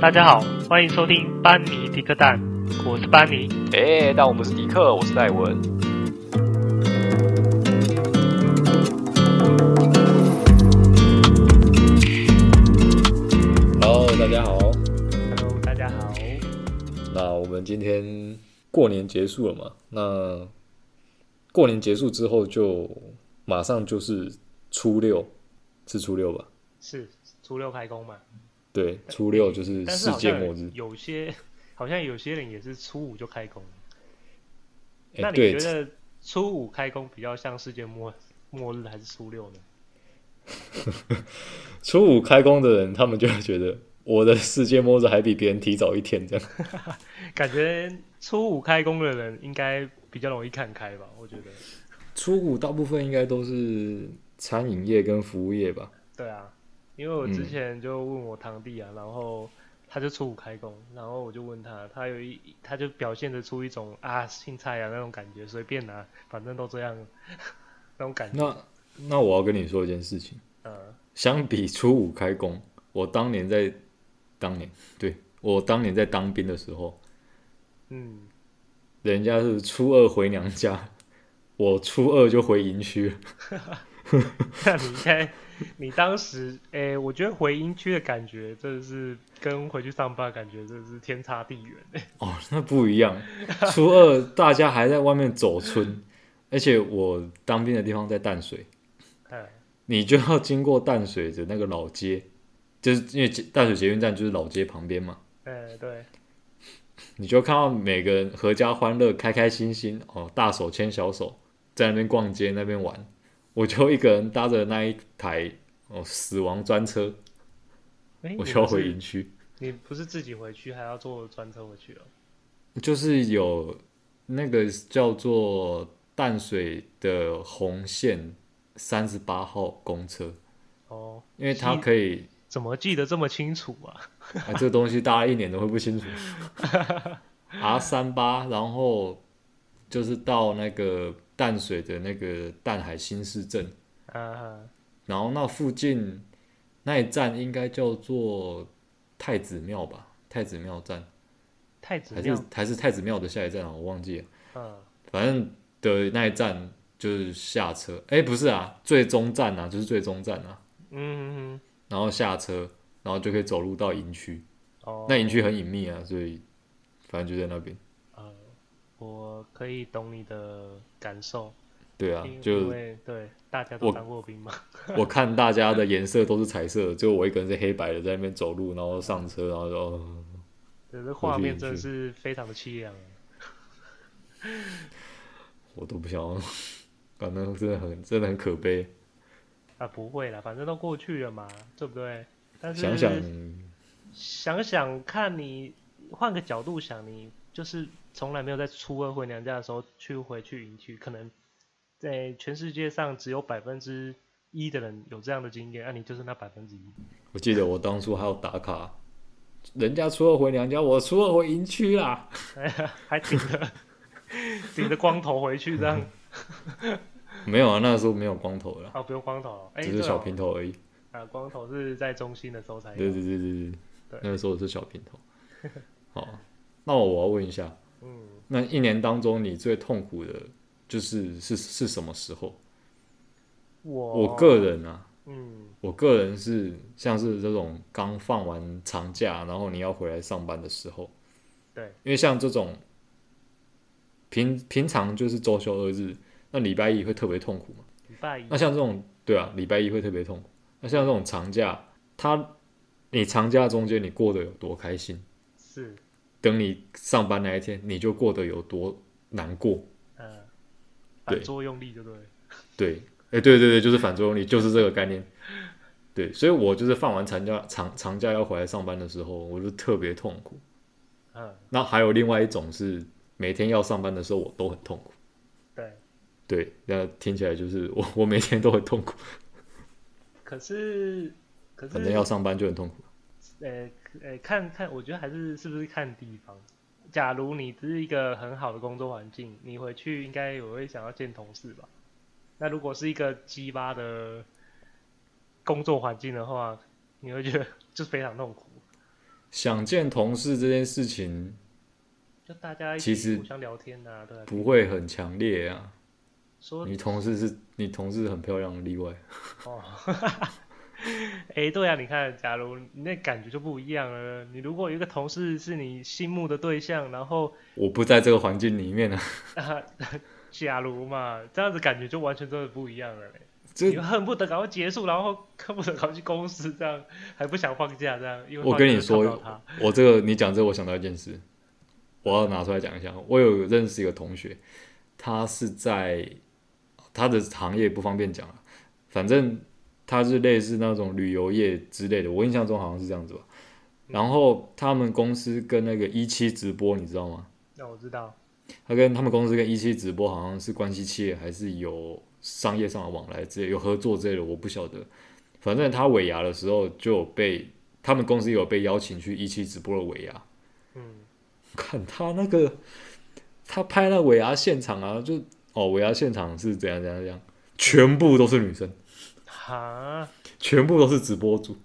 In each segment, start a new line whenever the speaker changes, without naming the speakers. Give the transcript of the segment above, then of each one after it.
大家好，欢迎收听班尼迪克蛋，我是班尼。
哎、那我们是迪克，我是戴文。Hello，大家好。
Hello，大家好。
那我们今天过年结束了嘛？那过年结束之后就马上就是初六，是初六吧？
是初六开工嘛？
对，初六就是
哎但是
世
好
界
像
末日。
有些 好像有些人也是初五就开工。
哎、
那你
对
觉，得初五开工比较像世界末末日还是初六呢？
初五开工的人，他们就会觉得我的世界末日还比别人提早一天这样。
感觉初五开工的人应该比较容易看开吧？我觉得。
初五大部分应该都是餐饮业跟服务业吧？
对啊，因为我之
嗯
前就问我堂弟啊，然后他就初五开工，然后我就问他，他有一他就表现得出一种啊青菜啊那种感觉，随便拿、反正都这样 那种感觉。
那那我要跟你说一件事情，
嗯，
相比初五开工，我当年在当年对我当年在当兵的时候，
嗯，
人家是初二回娘家， 我初二就回营区。
那你应该，你当时，诶、我觉得回营区的感觉真的是跟回去上班的感觉真的是天差地远、欸
哦，那不一样， 初二大家还在外面走村，而且我当兵的地方在淡水，
哎，
你就要经过淡水的那个老街，就是因为淡水捷运站就是老街旁边嘛。
哎，对，
你就看到每个人合家欢乐、开开心心哦，大手牵小手在那边逛街、那边玩。我就一个人搭着那一台哦死亡专车，
哎、
我
你
就要
不
回
是
营区。
你不是自己回去，还要坐专车回去哦？
就是有那个叫做淡水的红线三十八号公车，
哦，
因为它
是
可以
怎么记得这么清楚啊？
啊，这个东西大家一年都会不清楚。R 三八，然后就是到那个淡水的那个淡海新市镇，
啊，
然后那附近那一站应该叫做太子庙吧？太子庙站
太子
还是
庙，
还是太子庙的下一站啊？我忘记了，
嗯，
反正的那一站就是下车，哎，不是啊，最终站啊，就是最终站啊，
嗯，
然后下车，然后就可以走路到营区。
哦，
那营区很隐秘啊，所以反正就在那边。
呃，我可以懂你的感受，
对啊
因，因
就
为对大家都
我
当过兵嘛，
我看大家的颜色都是彩色的，只有我一个人是黑白的，在那边走路，然后上车，然后就、哦
可是画面真的
去
是非常的凄凉。
我都不想要， 反正真的很真的很可悲。
啊，不会啦，反正都过去了嘛，对不对？但是
想想，
想想看你，换个角度想，你就是从来没有在初二回娘家的时候去回去营区，可能在全世界上只有百分之一的人有这样的经验，那、你就是那百分之一。
我记得我当初还有打卡，人家初二回娘家，我初二回营区啦。
哎呀，还顶着顶着光头回去这
嗯
样，
没有啊，那时候没有光头啦，
啊，不用光头哦，哎、
只
对
是小
哦
平头而已。
啊，光头是在中心的时候才有，
对对对对
对
哎对，那个时候是小平头。好，那我要问一下，
嗯，
那一年当中你最痛苦的，就是是是什么时候？
我
我个，人啊，
嗯，
我个人是像是这种刚放完长假，然后你要回来上班的时候，
对，
因为像这种平平常就是周休二日，那礼拜一会特别痛苦嘛。
礼拜一
那，像这种对啊，礼拜一会特别痛苦。那像这种长假，它你长假中间你过得有多开心，
是，
等你上班那一天你就过得有多难过。
嗯、
对
反作用力就对了，
对，哎、对对对，就是反作用力，就是这个概念。对，所以我就是放完长假长长假要回来上班的时候，我就特别痛苦。
嗯，
那还有另外一种是每天要上班的时候，我都很痛苦。
对。
对，那听起来就是我我每天都很痛苦，
可是，可是，
反正要上班就很痛苦。
呃呃，看看，我觉得还是是不是看地方。假如你只是一个很好的工作环境，你回去应该也会想要见同事吧？那如果是一个鸡巴 的工作环境的话，你会觉得就是非常痛苦。
想见同事这件事情
就大家一
其
起
实
互相聊天呐、对啊，
不会很强烈啊。
说
你同事是你同事很漂亮的例外，
哦，哎、对啊，你看，假如你那感觉就不一样了。你如果有一个同事是你心目的对象，然后
我不在这个环境里面啊，
啊、假如嘛，这样子感觉就完全真的不一样了嘞。
这
你恨不得赶快结束，然后恨不得赶快去公司，这样还不想放假，这样因为
我跟你
放假会看
说
到他，
我这个你讲这个，我想到一件事，我要拿出来讲一下。我有认识一个同学，他是在他的行业不方便讲了，啊反正他是类似那种旅游业之类的，我印象中好像是这样子吧。然后他们公司跟那个一期直播，你知道吗？
那我知道，
他跟他们公司跟一期直播好像是关系企业，还是有商业上的往来之类，有合作之类的，我不晓得。反正他尾牙的时候就有被他们公司有被邀请去一期直播的尾牙，
嗯，
看他那个他拍那尾牙现场啊，就哦尾牙现场是怎样怎样怎样，全部都是女生，
哈，
全部都是直播主，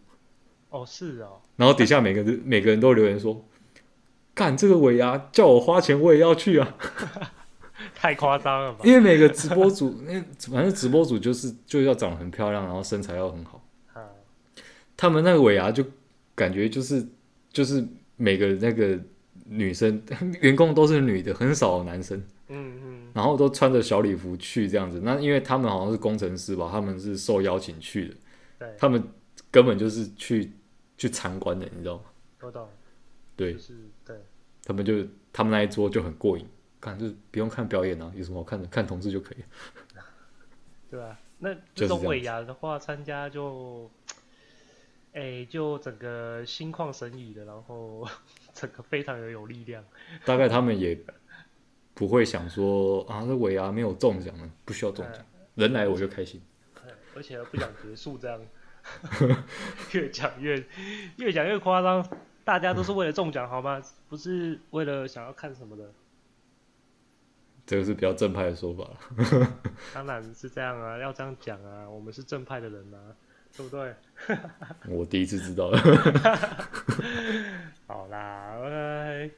哦是哦，
然后底下每个人 每个人都留言说，干这个尾牙叫我花钱我也要去啊。
太夸张了吧？
因为每个直播主， 那反正直播主就是就要长得很漂亮，然后身材要很好。
啊，
他们那个尾牙就感觉就是就是每个那个女生 员工都是女的，很少有男生，
嗯嗯，
然后都穿着小礼服去这样子。那因为他们好像是工程师吧，他们是受邀请去的，
对，
他们根本就是去去参观的，你知道吗？
我懂，
对
就是对，
他们就他们那一桌就很过瘾，看就是不用看表演啊，有什么好看的，看同事就可以了。
对啊，那这
就是这样
种
子
尾牙的话，参加就，哎、就整个心旷神怡的，然后 整个非常的有力量。
大概他们也不会想说啊，这尾牙没有中奖了，不需要中
啊
奖，人来我就开心。
哎 而且不想结束这样， 越讲越越讲越夸张。大家都是为了中奖好吗？不是为了想要看什么的，
这个是比较正派的说法了。
当然是这样啊，要这样讲啊，我们是正派的人啊，对不对？
我第一次知道 了，
好啦，呃，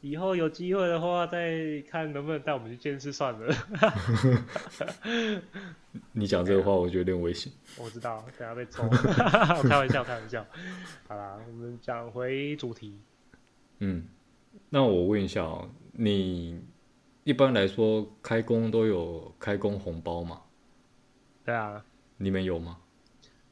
以后有机会的话，再看能不能带我们去见识算了。
你讲这个话，我觉得有点危险。
我知道，等下被抽。 我开玩笑，开玩笑。好啦，我们讲回主题。
嗯，那我问一下哦，你一般来说开工都有开工红包吗？
对啊，
你们有吗？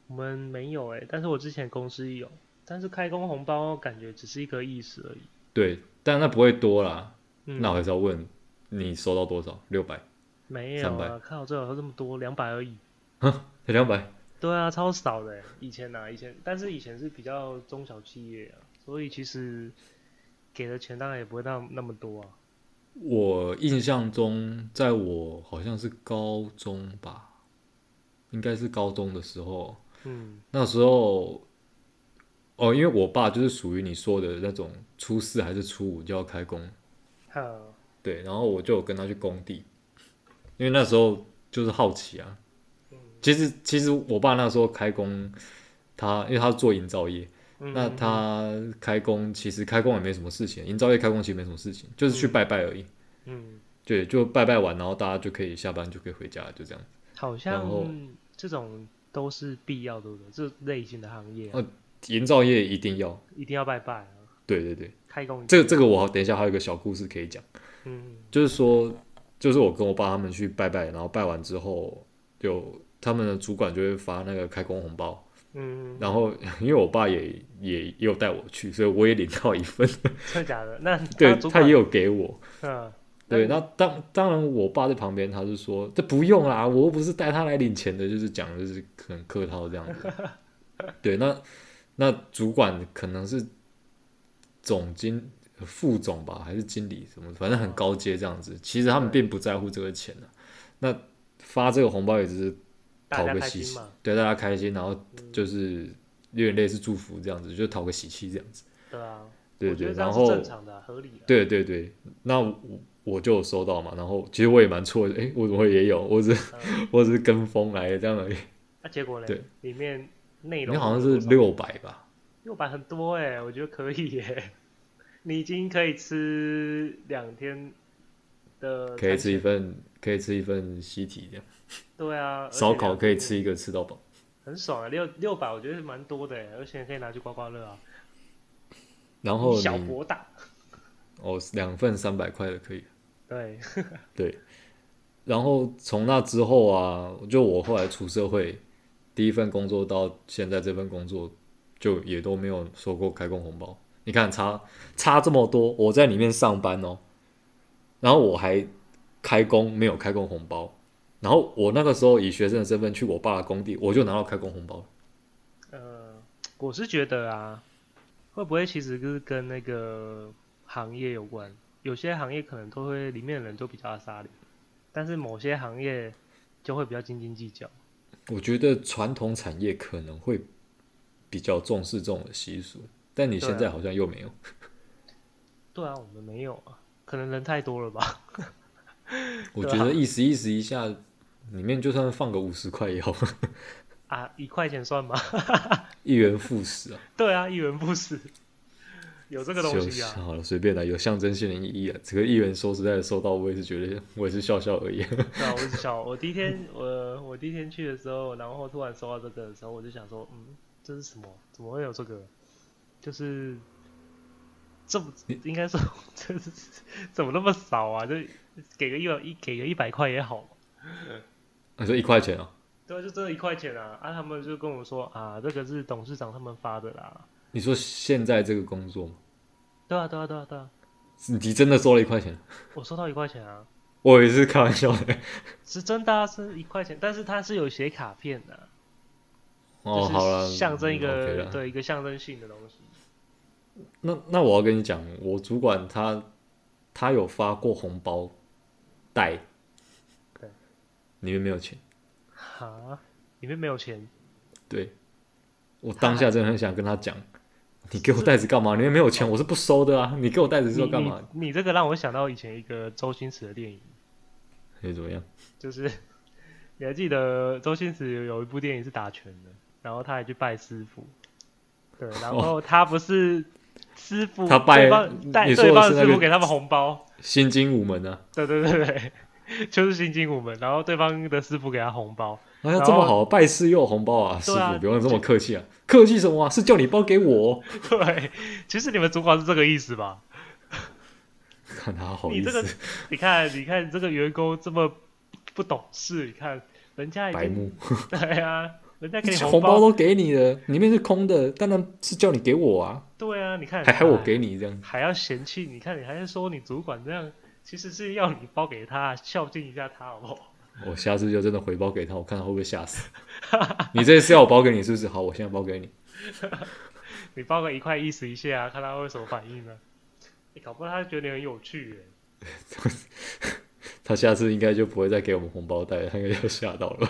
我们没有哎、但是我之前公司有，但是开工红包感觉只是一个意思而已。
对，但那不会多啦。
嗯，
那我还是要问，你收到多少？六百？
没有啊，
300
看我这有这么多，两百而已。
才两百？
对啊，超少的欸、以前呐、啊，以前，但是以前是比较中小企业啊，所以其实给的钱当然也不会那那么多啊。
我印象中，在我好像是高中吧，应该是高中的时候，
嗯，
那时候，哦，因为我爸就是属于你说的那种初四还是初五就要开工，
好，
对，然后我就有跟他去工地，因为那时候就是好奇啊。
嗯
其实其实我爸那时候开工，他因为他是做营造业，
嗯
那他开工其实开工也没什么事情，营造业开工其实没什么事情，就是去拜拜而已。
嗯，
对，就拜拜完，然后大家就可以下班就可以回家，就这样。
好
然
像
后
这种都是必要的，对不对？这类型的行业啊、
哦营造业一定要，
一定要拜拜啊，
对对对，
开工一定
这个这个我等一下还有一个小故事可以讲，
嗯
就是说，就是我跟我爸他们去拜拜，然后拜完之后，就他们的主管就会发那个开工红包，
嗯，
然后因为我爸也也也有带我去，所以我也领到一份，
真的假的？那
对
那主
他
管
也有给我。
嗯，
对，那当当然，我爸在旁边，他就说这不用啦，我又不是带他来领钱的，就是讲就是很客套这样子。对，那那主管可能是总经副总吧，还是经理什么，反正很高阶这样子。其实他们并不在乎这个钱的、那发这个红包也只是
大
讨
家
个
开
喜
心
气
嘛，，嗯
对大家开心，然后就是有点类似祝福这样子，就讨个喜气这样子。
对啊，
对
我觉
对，
得这
然
样
后
是正常的啊，合理的。
对对对，那我我就有收到嘛，然后其实我也蛮错的，诶，我怎么会也有？我只
嗯
我只是跟风来的这样而已，
啊那结果呢
对？
里面内
里
容
面好像
有
是
多少
六百吧，
六百很多哎、我觉得可以耶、 你已经可以吃两天的，
可以吃一，份，可以吃一份西提这样，
对啊，而且
烧烤可以
两天
吃一个吃到饱。
很爽啊，六六百我觉得是蛮多的耶，欸而且可以拿去刮刮乐啊，
然后
小
你
博大，
哦，两份三百块的可以。
对，
对，然后从那之后啊，就我后来出社会，第一份工作到现在这份工作，就也都没有收过开工红包。你看差差这么多，我在里面上班哦，然后我还开工没有开工红包，然后我那个时候以学生的身份去我爸的工地，我就拿到开工红包了。
呃，我是觉得啊，会不会其实就是跟那个行业有关？有些行业可能都会里面的人都比较阿莎里，但是某些行业就会比较斤斤计较。
我觉得传统产业可能会比较重视这种的习俗，但你现
对
在
啊
好像又没有。
对啊，我们没有啊，可能人太多了吧？
我
对
觉
啊
得意思意思一下，里面就算放个五十块也好，
啊，一块钱算吗？
一元复始啊，
对啊，一元不死，有这个东
就
西啊。
好了，随便啦，有象征性的意义啊。这个一元说实在的，收到我也是觉得我也是笑笑而已。
对啊，我是笑。我第一天，我我第一天去的时候，然后突然收到这个的时候，我就想说，嗯，这是什么？怎么会有这个？就是这么
你
应该说，这是怎么那么少啊？就给个一百一，给个一百块也好。
你说一块钱啊？
对啊，就真的一块钱啊！啊，他们就跟我说啊，这个是董事长他们发的啦。
你说现在这个工作吗？
对啊，对啊，对啊，对啊，
你真的收了一块钱？
我收到一块钱啊，
我也是开玩笑的。
是真的、啊，是一块钱，但是它是有写卡片的、啊，
哦，
就
好了，
是象征一
嗯，OK
个、
啦
对一个象征性的东西。
那那我要跟你讲，我主管他他有发过红包袋
对，
里面没有钱。
哈，里面没有钱，
对，我当下真的很想跟他讲，你给我袋子干嘛？里面没有钱，我是不收的啊！你给我袋子是
你
要干嘛？
你？你这个让我想到以前一个周星驰的电影，嗯
你怎么样？
就是你还记得周星驰有有一部电影是打拳的，然后他还去拜师傅，对，然后他不是师傅，
哦他拜
对方带
你说的
对方
是
的
那
师
个
傅给他们红包，
新金武门啊！
对对对对， 就是新精武门，然后对方的师傅给他红包，
哎呀，
然后
这么好，拜师又有红包啊！师
对啊
傅，不用这么客气啊！客气什么啊？是叫你包给我，
对，其实你们主管是这个意思吧？
看他好
你
意
这个
思，
你看，你看这个员工这么不懂事，你看人家已
白
经
目，
对啊，人家给你
红
包
包都给你了，里面是空的，当然是叫你给我啊，
对啊，你看
还还我给你这样。
还要嫌弃，你看你还是说你主管这样，其实是要你包给他，孝敬一下他好不好？
我下次就真的回包给他，我看他会不会吓死。 你这次要我包给你是不是？好，我现在包给你。
你包个一块意思一下啊，看他会什么反应呢、你搞不好他觉得你很有趣耶。
他下次应该就不会再给我们红包袋了，他应该就吓到了。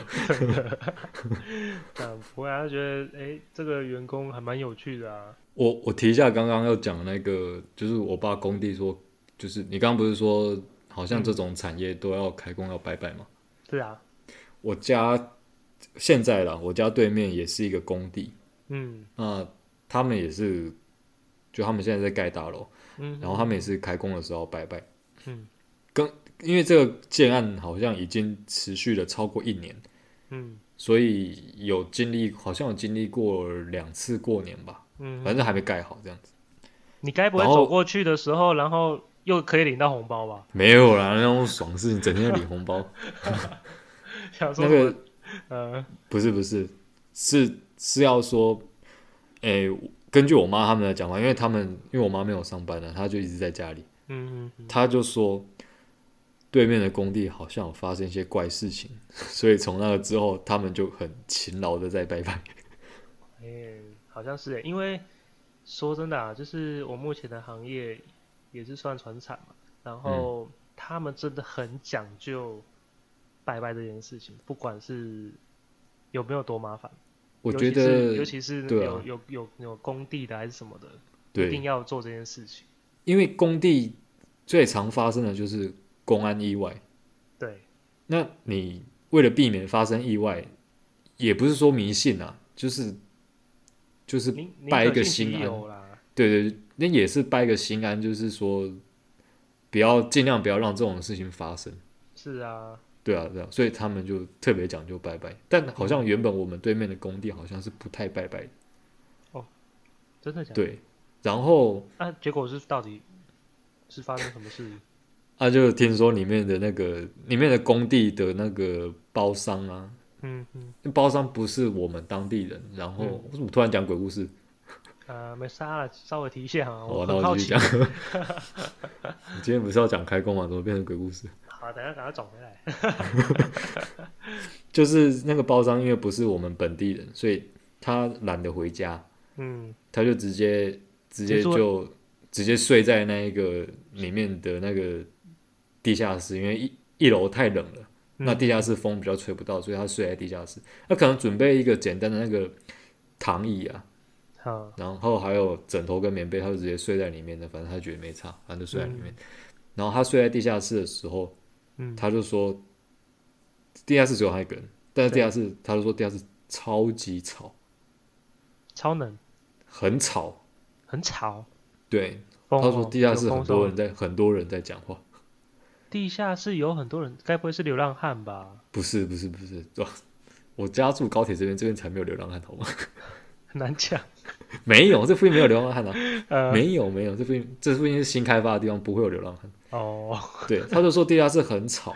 嗯，不会啊，他觉得哎、诶这个员工还蛮有趣的啊。
我我提一下刚刚要讲的那个，就是我爸工地说，就是你刚刚不是说好像这种产业都要开工要拜拜吗？
是啊，
我家现在啦，我家对面也是一个工地，
嗯
那他们也是，就他们现在在盖大楼，
嗯，
然后他们也是开工的时候拜拜，
嗯
因为这个建案好像已经持续了超过一年，
嗯
所以有经历好像有经历过两次过年吧，
嗯，
反正还没盖好这样子。
你该不会
然后
走过去的时候，然后又可以领到红包吧？
没有啦，那种爽事，你整天领红包。
想说
那个
呃，
不是不是，是是要说，诶、根据我妈他们的讲法，因为他们因为我妈没有上班了，啊她就一直在家里，
嗯嗯嗯，
她就说对面的工地好像有发生一些怪事情， 所以从那个之后，他们就很勤劳的在拜拜。
哎、好像是耶，欸因为说真的啊，就是我目前的行业也是算传产嘛，然
嗯
后他们真的很讲究拜拜这件事情，不管是有没有多麻烦，
我
尤
觉
其是
得
尤其是
对啊
有、有有有工地的还是什么的，一定
对，
要做这件事情。
因为工地最常发生的就是公安意外，
对，
那你为了避免发生意外，也不是说迷信啊，就是就是
宁宁
拜一
可
个
信
心
其
安，
有啦，
对对，那也是拜一个心安，就是说不要尽量不要让这种事情发生。
是啊，
对啊，对啊，所以他们就特别讲究拜拜，但好像原本我们对面的工地好像是不太拜拜的，
真的假的？
对。然后
啊，结果是到底是发生什么事？
啊，就听说里面的那个里面的工地的那个包商啊，
嗯嗯，
那包商不是我们当地人，然后、
嗯
我怎么突然讲鬼故事？
呃，没杀了，稍微提一下啊，
哦，那
很
我
好
继续
奇
讲。。 你今天不是要讲开工吗？怎么变成鬼故事？
好，等一下赶快转回来。
就是那个包商，因为不是我们本地人，所以他懒得回家，
嗯，
他就直接直接
就住
就直接睡在那一个里面的那个地下室，因为一一楼太冷了，
嗯
那地下室风比较吹不到，所以他睡在地下室。他可能准备一个简单的那个躺椅啊，
好，
然后还有枕头跟棉被，他就直接睡在里面的，反正他觉得没差，反正就睡在里面。然后他睡在地下室的时候，
嗯，
他就说地下室只有他一个人，但是地
对
下室他就说地下室超级吵，
超能
很吵，
很吵，
对，
风
他
哦
说地下
有
室
风
很多
声
人在很多人在讲话，
地下室有很多人，该不会是流浪汉吧？
不是不是不是，哇我家住高铁这边，这边才没有流浪汉好吗？
很难讲。
没有，这附近没有流浪 汉啊，
呃，
没有没有，这附近这附近是新开发的地方，不会有流浪汉。
哦，
对，他就说地下室很吵，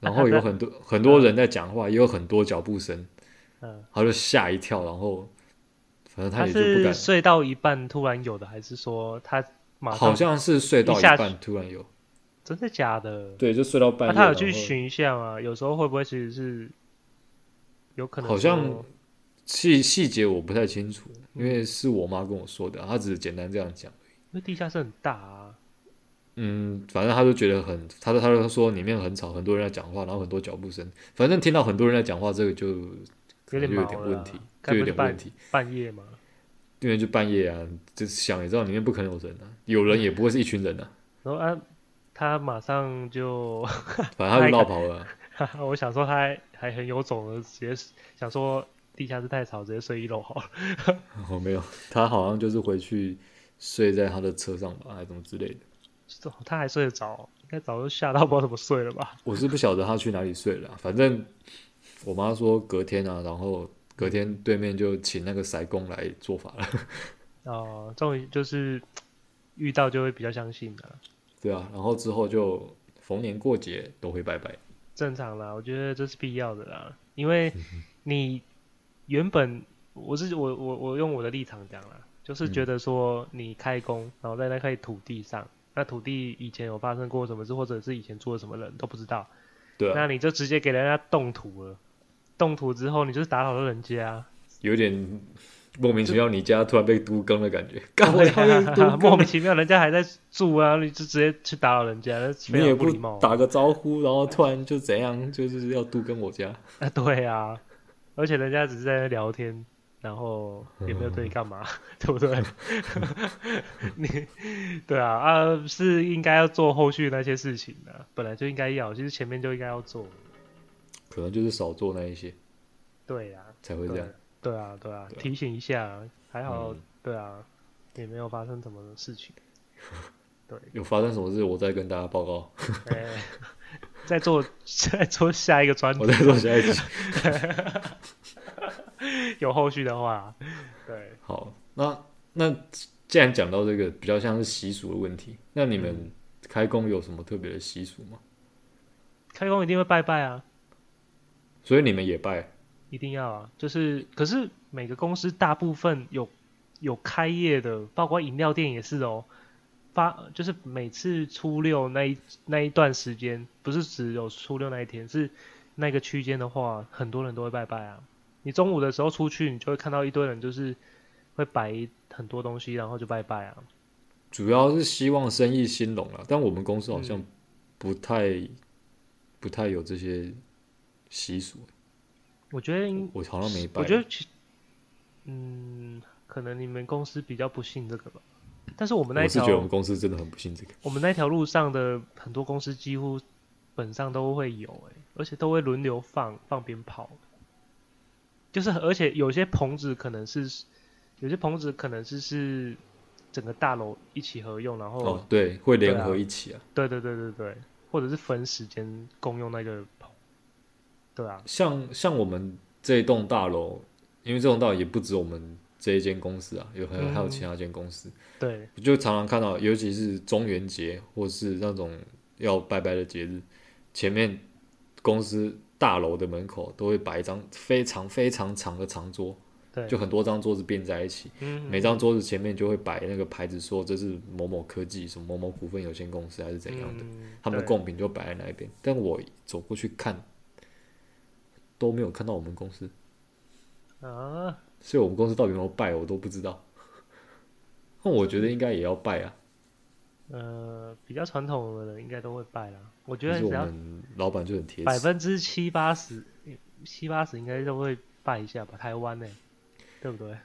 然后
那
有很多很多人在讲话，也有很多脚步声，
嗯，
他就吓一跳，然后反正
他
他也就不
是
敢，
睡到一半突然有的，还是说他马
好
上？
像是睡到
一
一
下
半突然有，
真的假的？
对，就睡到
那
半夜，
啊他有去
然后
寻一下吗？有时候会不会其实是有可能
好像
说
细细节我不太清楚，因为是我妈跟我说的，她只是简单这样讲。
因为地下室很大啊，
嗯，反正她就觉得很，她她就说里面很吵，很多人在讲话，然后很多脚步声，反正听到很多人在讲话，这个就可
有点
能就有
毛
点
了
问
啊
题，
该
就
不
有
是
点
半
问题，
半夜嘛，
因为就半夜啊，就想也知道里面不可能有人啊，有人也不会是一群人啊，
然后啊，他马上就，
反正她就 绕跑了啊、
我想说他还还很有种的，直接想说地下室太吵，直接睡一楼好了。
我、哦没有，她好像就是回去睡在她的车上吧，还是怎么之类的。
他还睡得着，应该早就吓到不知道怎么睡了吧？
我是不晓得他去哪里睡了啊、反正我妈说隔天啊，然后隔天对面就请那个筛工来做法了，
哦、这种就是遇到就会比较相信的、
对啊， 然后之后就逢年过节都会拜拜，
正常啦，我觉得这是必要的啦，因为你原本我是我我我用我的立场讲啦，就是觉得说你开工，然后在那块土地上，那土地以前有发生过什么事，或者是以前住了什么人都不知道，
对啊，
那你就直接给人家动土了，动土之后你就是打扰了人家啊，
有点莫名其妙，你家突然被都更的感 觉，干我家被都
莫
更
名
了，
其妙人家还在住啊，你就直接去打扰人家，那
你
非
也
常
不
礼貌啊。
打个招呼，然后突然就怎样，就是要都跟 我家，
啊，对啊，而且人家只是在那聊天，然后也没有对你干
嗯
嘛， 对不对？你对啊啊，是应该要做后续那些事情的、本来就应该要，其实前面就应该要做。
可能就是少做那一些
对呀、
才会这
对
样
啊，，对啊，对啊，
对啊
提醒一下，还好，
嗯
对啊，也没有发生什么事情。对，
有发生什么事我再跟大家报告，
哎、再做 再做下一个专
我
题，
再做下一集。
有后续的话，对。
好，那那既然讲到这个比较像是习俗的问题，那你
嗯
们开工有什么特别的习俗吗？
开工一定会拜拜啊，
所以你们也拜
一定要啊，就是可是每个公司大部分有有开业的，包括饮料店也是哦。发就是每次初六那一那一段时间，不是只有初六那一天，是那个区间的话，很多人都会拜拜啊。你中午的时候出去，你就会看到一堆人，就是会摆很多东西，然后就拜拜啊。
主要是希望生意兴隆啦。但我们公司好
嗯
像不太、不太有这些习俗，
我觉得应
我好像没拜。
我觉得其，嗯，可能你们公司比较不信这个吧。但是我们那一
我是
条
觉得我们公司真的很不信这个。
我们那条路上的很多公司几乎本上都会有、欸，而且都会轮流放放鞭炮，就是而且有些棚子可能是有些棚子可能是是整个大楼一起合用，然后、
哦，对，会
对
联
啊
合一起啊。
对对对对对，或者是分时间共用那个棚，对啊，
像像我们这一栋大楼，因为这栋大楼也不止我们这一间公司啊，有还有还有
嗯
其他间公司，
对，
就常常看到，尤其是中元节或是那种要拜拜的节日，前面公司大楼的门口都会摆一张非常非常长的长桌，
对，
就很多张桌子并在一起，
嗯
每张桌子前面就会摆那个牌子，说这是某某科技什么某某股份有限公司还是怎样的，
嗯
他们的
对
贡品就摆在那一边。但我走过去看，都没有看到我们公司，
啊，
所以我们公司到底有没有拜我都不知道。 那我觉得应该也要拜啊，
呃，比较传统的人应该都会拜啦。我觉
可
得
是我
只要
们老板就很铁
百
齿，
分之七八十，七八十应该都会拜一下吧。台湾呢、对不对？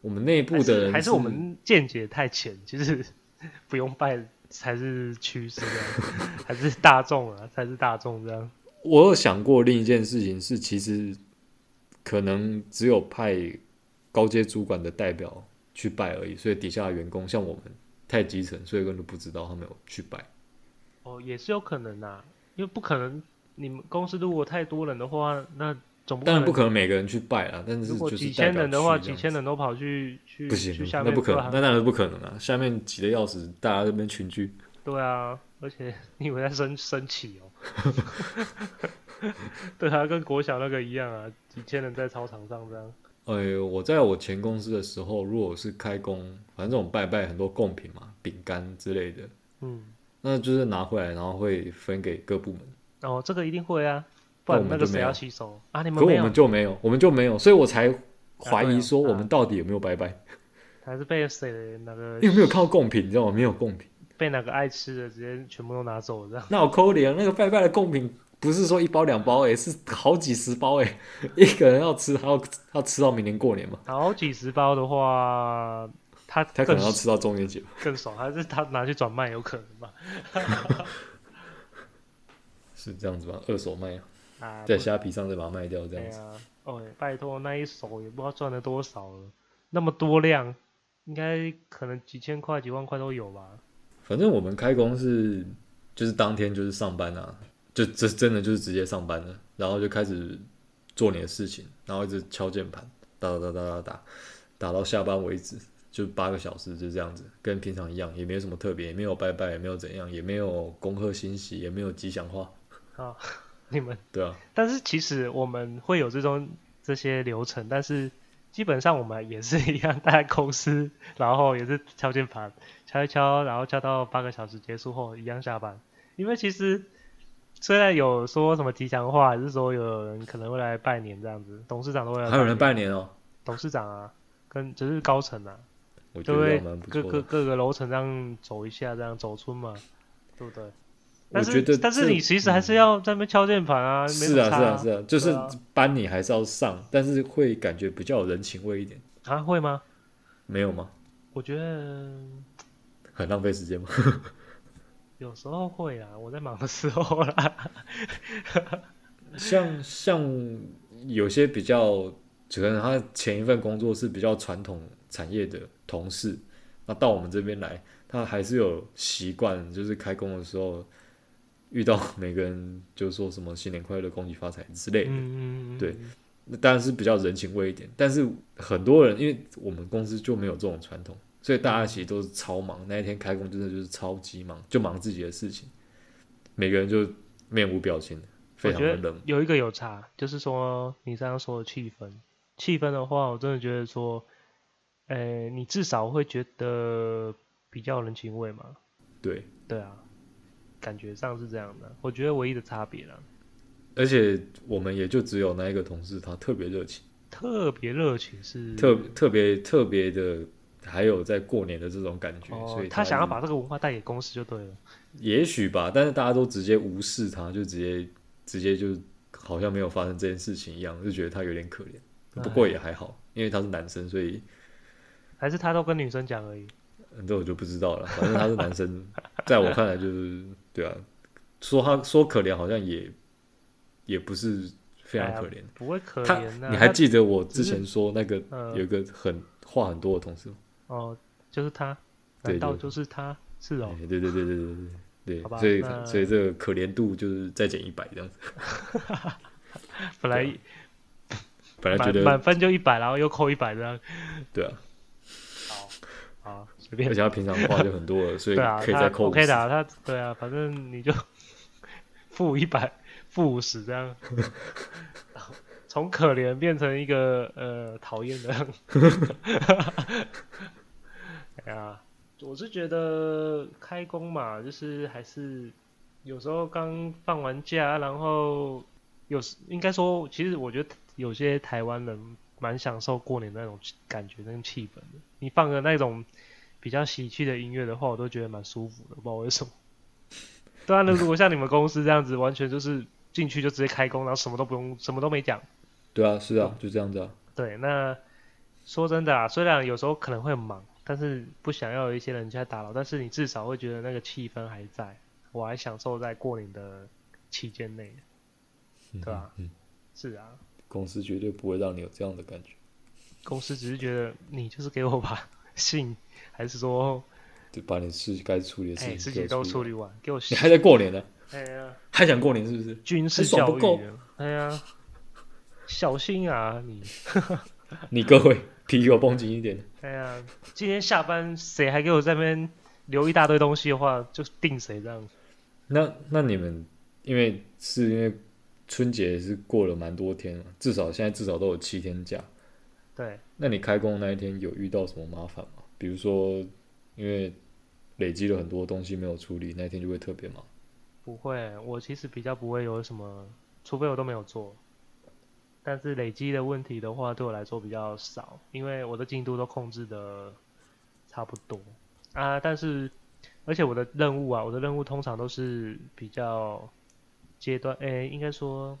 我们内部
还
的
是
人
还是我们见解太浅，其实不用拜才是趋势这样， 还是大众啊，才是大众这样。
我有想过另一件事情是，其实可能只有派高阶主管的代表去拜而已，所以底下的员工像我们太基层，所以根本就不知道他们有去拜。
哦，也是有可能啊，因为不可能你们公司如果太多人的话，那总不
当然不
能。
可能每个人去拜啦，但是
如果
就
几
是代
千
表
人的话，
去这
几
样
千人都跑去去
不
去
行
下，
那
面
不可
做
能，
行
那当然不可能啊！下面挤得要死，大家这边群聚，
对啊，而且 你以为在升升旗哦？ 对啊，跟国小那个一样啊，几千人在操场上这样。
呃，我在我前公司的时候，如果是开工，反正这种拜拜很多贡品嘛，饼干之类的，
嗯，
那就是拿回来，然后会分给各部门。
哦，这个一定会啊，不
那
然
我
那
们
个
就没
谁
有
要洗手啊？你
可
们没
我
有
们，就没有，我们就没有，所以我才怀
对
疑
哦
说我们
啊
到底有没有拜拜？
还是被谁哪个
因为没有看到贡品，你知道吗？没有贡品，
被哪个爱吃的直接全部都拿走这样？
那我抠脸，那个拜拜的贡品不是说一包两包哎、是好几十包哎、一个人要吃，他要要吃到明年过年嘛，
好几十包的话，他
他可
更
能要吃到中元节。
更爽，还是他拿去转卖有可能吧？
是这样子吧？二手卖啊，
啊，
在
不
虾皮上再把它卖掉，这
对
样子。
啊，哦，拜托，那一手也不知道赚了多少了，那么多量，应该可能几千块、几万块都有吧？
反正我们开工是就是当天就是上班啊，就这真的就是直接上班了，然后就开始做你的事情，然后一直敲键盘，打打打打打打，打到下班为止，就八个小时就这样子，跟平常一样，也没有什么特别，也没有拜拜，也没有怎样，也没有恭贺新喜，也没有吉祥话，
啊，你们，
对啊，
但是其实我们会有这种这些流程，但是基本上我们也是一样，待在公司，然后也是敲键盘，敲一敲，然后敲到八个小时结束后一样下班，因为其实。虽然有说什么吉祥话，还是说有人可能会来拜年这样子，董事长都会来
还有人
拜年，
拜年哦、
董事长啊，跟只、是高层啊，
我觉
就
得这
会
样蛮不
各
错的
个。各个楼层这样走一下，这样走村嘛，对不对？但
我觉得
是但是
这嗯
你其实还是要在那边敲键盘啊，没什
是
么
啊，是
差
啊，是啊，就是
对啊
班你还是要上，但是会感觉比较有人情味一点，
啊，会吗？
没有吗？
我觉得
很浪费时间吗？
有时候会啦，我在忙的时候啦，
像像有些比较，可能他前一份工作是比较传统产业的同事，那到我们这边来，他还是有习惯，就是开工的时候遇到 每个人就说什么新年快乐、恭喜发财之类的。
嗯嗯嗯，
对那当然是比较人情味一点，但是很多人因为我们公司就没有这种传统，所以大家其实都是超忙。那一天开工真的就是超级忙，就忙自己的事情，每个人就面无表情，非
我
常
觉
的
得
冷。
有一个有差，就是说你刚刚说的气氛，气氛的话，我真的觉得说，呃，你至少会觉得比较有人情味嘛，
对，
对啊，感觉上是这样的，我觉得唯一的差别啦，
而且我们也就只有那一个同事，他特别热情，
特别热情是
特特别特别的，还有在过年的这种感觉，所
哦
以，
他想要
一
把这个文化带给公司就对了。
也许吧，但是大家都直接无视他，就直接直接就好像没有发生这件事情一样，就觉得他有点可怜。
哎
不过也还好，因为他是男生，所以
还是他都跟女生讲而已。
嗯这我就不知道了。反正他是男生， 在我看来就是对啊，说他说可怜好像也也不是非常可
哎
怜
呀。不会可
他
怜呐、
你还
他
记得我之
是
前说那个
嗯
有一个很话很多的同事吗？
哦，就是他，
对
难道
对
就是他？是哦，
哎对对对对对对
好
对，
吧
所以
那
所以这个可怜度就是再减一百这样子。
本来
本啊来觉
满
得
满分就一百，然后又扣一百这样，
对啊，
啊，随
而
便
且，他平常话就很多了，所以
对啊，
可以
他
再扣五
OK
十
的、。啊，他对啊，反正你就负一百，负五十这样，从可怜变成一个呃讨厌的，哎呀，我是觉得开工嘛，就是还是有时候刚放完假，然后有时应该说，其实我觉得有些台湾人蛮享受过年那种气感觉、那种气氛的。你放个那种比较喜剧的音乐的话，我都觉得蛮舒服的，不知道为什么。对啊，那如果像你们公司这样子，完全就是进去就直接开工，然后什么都不用，什么都没讲。
对啊，是啊，就这样子啊。
对，那说真的啊，虽然有时候可能会忙，但是不想要有一些人在打扰，但是你至少会觉得那个气氛还在，我还享受在过年的期间内。
嗯
对啊
嗯，嗯
是啊，
公司绝对不会让你有这样的感觉。
公司只是觉得你就是给我把信，还是说
就把你事该处理的
哎
事
事
情给
情
我
都处
处理
理完，给我
完，你
信。
还在过年呢，
哎呀，
还想过年是不是？
军事
还爽
教
不够
育啊，哎呀，小心啊你！
你各位皮给我绷紧一点，
哎呀，今天下班谁还给我在那边留一大堆东西的话，就定谁这样。
那那你们因为是因为春节是过了蛮多天了，至少现在至少都有七天假。
对，
那你开工那一天有遇到什么麻烦吗？比如说，因为累积了很多东西没有处理，那一天就会特别忙。
不会，我其实比较不会有什么，除非我都没有做。但是累积的问题的话，对我来说比较少，因为我的进度都控制的差不多啊。但是，而且我的任务啊，我的任务通常都是比较阶段，诶、应该说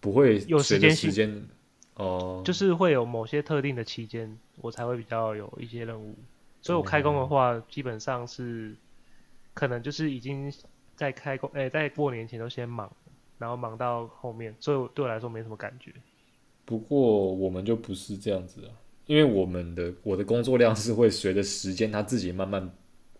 不会
有
随
时
着
间
时
性
间哦，
就是会有某些特定的期间，我才会比较有一些任务。所以
哦
我开工的话，基本上是可能就是已经在开工，哎、在过年前都先忙，然后忙到后面，所以我对我来说没什么感觉。
不过我们就不是这样子啊，因为我们的我的工作量是会随着时间它自己慢慢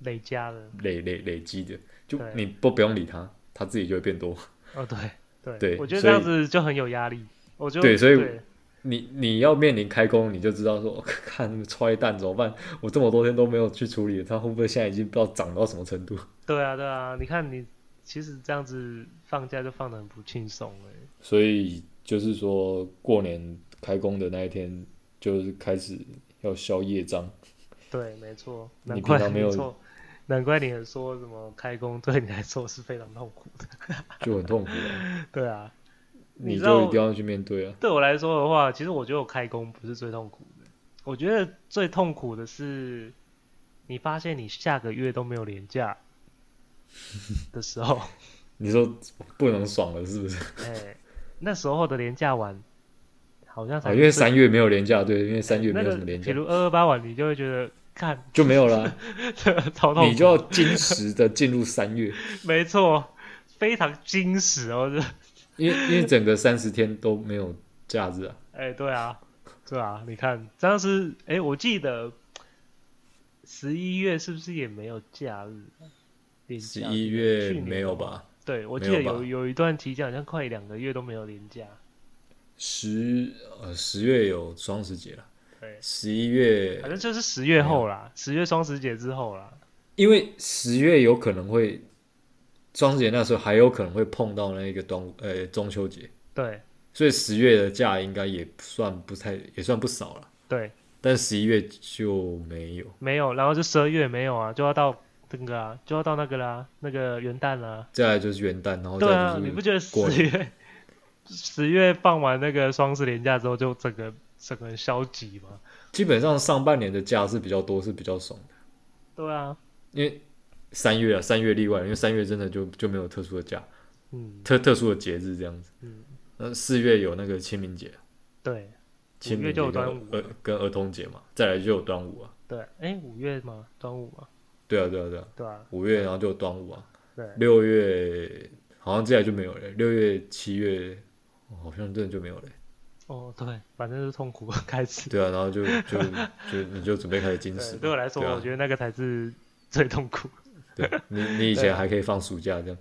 累加了，
累累累积的，就
对
你不不用理它，它自己就会变多。
哦，对 对，
对
我觉得这
所以
样子就很有压力。我就
对所以
对
你你要面临开工，你就知道说， 哦看那个踹蛋怎么办？我这么多天都没有去处理，它会不会现在已经不知道涨到什么程度？
对啊对啊，你看你其实这样子放假就放的很不轻松哎。
所以就是说，过年开工的那一天，就是开始要消业障。
对，没错，
你
难
平
怪
常没有
错，难怪你说什么开工对你来说是非常痛苦的。
就很痛苦、 啊，
对啊，
你
你知道
就一定要去面对啊。
对我来说的话，其实我觉得我开工不是最痛苦的，我觉得最痛苦的是你发现你下个月都没有年 假的时候，
你说不能爽了是不是？
哎、那时候的年假完好像才
啊，
是
因为
最
三月没有连假，对，因为三月没
那
有
个
什么连
比
假，
如二二八完，你就会觉得看
就没有啦。
超痛苦，
你就要坚实的进入三月，
没错，非常惊喜哦，这
因为因为整个三十天都没有假日啊。
哎、对啊，对啊，你看当时，哎、我记得十一月是不是也没有假日？连
十
假
一
日
月
去年
没有
的话
吧？
对，我
没
记得
有吧
有有一段期间好像快两个月都没有连假。
十呃十月有双十节了，
对，哎
十一月
反正就是十月后啦，十月双十节之后啦。
因为十月有可能会双十节那时候还有可能会碰到那个端午呃中秋节，
对
所以十月的假应该也算不太也算不少了。
对，
但十一月就没有，
没有，然后就十二月没有啊，就要到那个啊，就要到那个啦，那个元旦啦。
再来就是元旦，然后再
对啊，
就
你不
是
觉得
过
十月十月放完那个双十连假之后，就整个整个人消极吗？
基本上上半年的假是比较多，是比较爽的，
对啊，
因为三月啊，三月例外，因为三月真的就就没有特殊的假，
嗯，
特特殊的节日这样子。
嗯，
那四月有那个清明节，
对
清
五月
明
就
节
有
跟
端午
儿跟儿童节嘛，再来就有端午啊，
对，哎，五月嘛，端午嘛，
对啊对啊对啊，
对啊，
五月然后就有端午啊，
对，
欸六月好像接下来就没有了，六月、七月哦好像真的就没有了欸。
哦，对，反正是痛苦的 开始。
对啊，然后就就就你就准备开始进
对，
食嘛。
对我来说，
对啊
我觉得那个才是最痛苦。
对你你以
对
前
啊
还可以放暑假这样，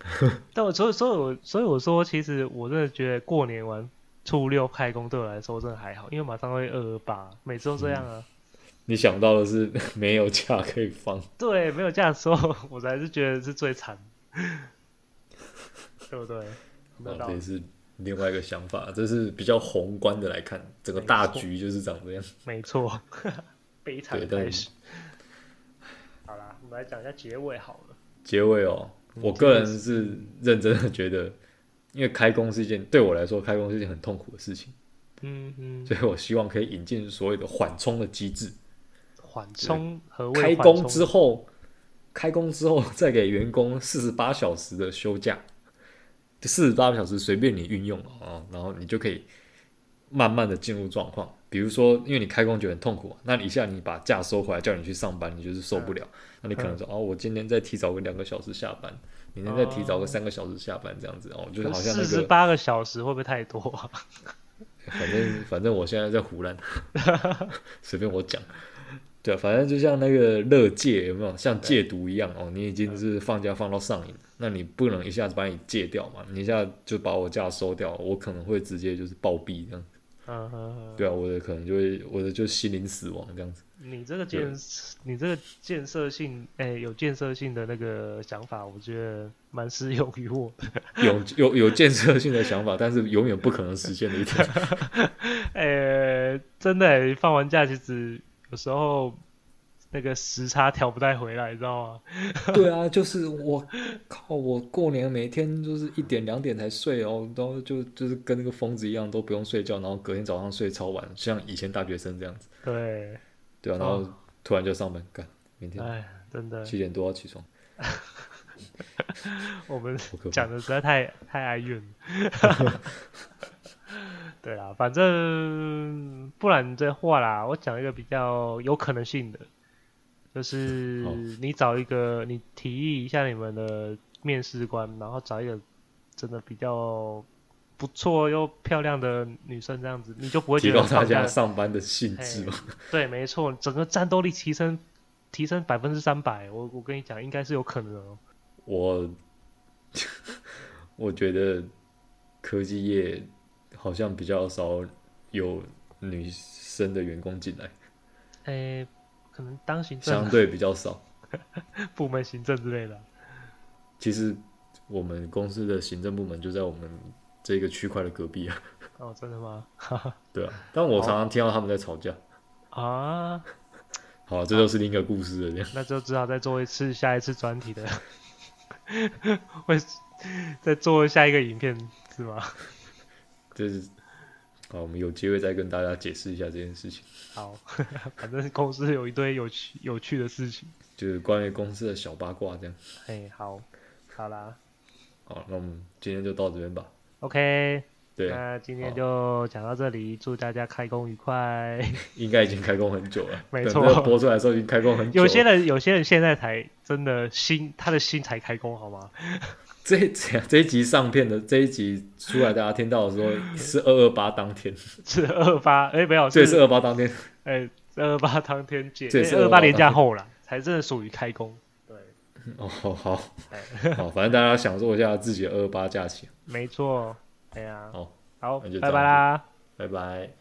但我所以所以我所以我说，其实我真的觉得过年完初六开工对我来说真的还好，因为马上会二二八，每次都这样
嗯
啊。
你想到的是 没有假可以放。
对，没有假的时候，我才是觉得是最惨， 对不对？有没
哦
有道
这也
理，
是另外一个想法，这是比较宏观的来看，整个
没
大
错
局就是长这样。
没错，悲惨的
对但
开始。好啦，我们来讲一下结尾好了。
结尾哦，
嗯
我个人是认真的觉得，因为开工是一件对我来说开工是一件很痛苦的事情，
嗯嗯，
所以我希望可以引进所谓的缓冲的机制。
缓冲何谓
开
缓
工
冲
之后，开工之后再给员工四十八小时的休假，四十八小时随便你运用啊，然后你就可以慢慢的进入状况。比如说，因为你开工觉得很痛苦嘛，啊那你一下你把假收回来，叫你去上班，你就是受不了。
嗯
那你可能说，哦，我今天再提早个两个小时下班，明天再提早个三个小时下班，这样子哦，就是好像那
四十
个，
八个小时会不会太多啊？
反正 反正我现在在胡乱， 随便我讲。对啊，反正就像那个乐戒有没有，像戒毒一样哦，你已经是放假放到上瘾，那你不能一下子把你戒掉嘛，你一下就把我假收掉，我可能会直接就是暴毙这样。
嗯嗯，嗯
对啊，我的可能就会我的就心灵死亡这样子。
你这个
对
建，你这个建设性，哎、有建设性的那个想法，我觉得蛮适用于我。
有有有建设性的想法，但是永远不可能实现的一天。
哎、真的、哎放完假其实有时候那个时差调不太回来，你知道吗？
对啊，就是我靠，我过年每天就是一点两点才睡哦，然后就就是跟那个疯子一样都不用睡觉，然后隔天早上睡超晚，像以前大学生这样子，
对，
对啊，然后突然就上班干，明天
哎，真的，
七点多要起床，
我们
好可怕
讲。的实在太太哀怨了。 对啦，反正不然这话啦，我讲一个比较有可能性的，就是
好
你找一个，你提议一下你们的面试官，然后找一个真的比较不错又漂亮的女生，这样子你就不会
提
觉
高
得
大
放假
家上班的兴致嘛，
对，没错，整个战斗力提升提升百分之三百，我我跟你讲，应该是有可能的哦。
我我觉得科技业好像比较少有女生的员工进来，
诶、可能当行政
相对比较少。
部门行政之类的。
其实我们公司的行政部门就在我们这个区块的隔壁啊，
哦，真的吗？
对啊。但我常常听到他们在吵架。
啊，
好啊、这就是另一个故事了。这样，
那就只好再做一次下一次专题的， 会再做下一个影片是吗？
这是好，我们有机会再跟大家解释一下这件事情，
好， 反正公司有一堆有趣有趣的事情。
就是关于公司的小八卦这样。
哎，好，好啦
好，那我们今天就到这边吧。
，OK，
对，
那今
好
天就讲到这里，祝大家开工愉快。
应该已经开工很久了，
没
等
错
这个播出来的时候已经开工很久了。
有些人，有些人现在才真的心，他的心才开工，好吗？
这这这一集上片的这一集出来，大家听到的时 候是二二八当天，
是二八，哎，没有，
这也是二八当天，
哎，二八当天姐，
这也是
二
228
八年假后啦，才真的属于开工。对，
哦，好好
哎
好，反正大家享受一下自己的二二八假期，
没错。哎呀，
好，
好
那就，
拜
这样
拜
子
啦。
拜拜。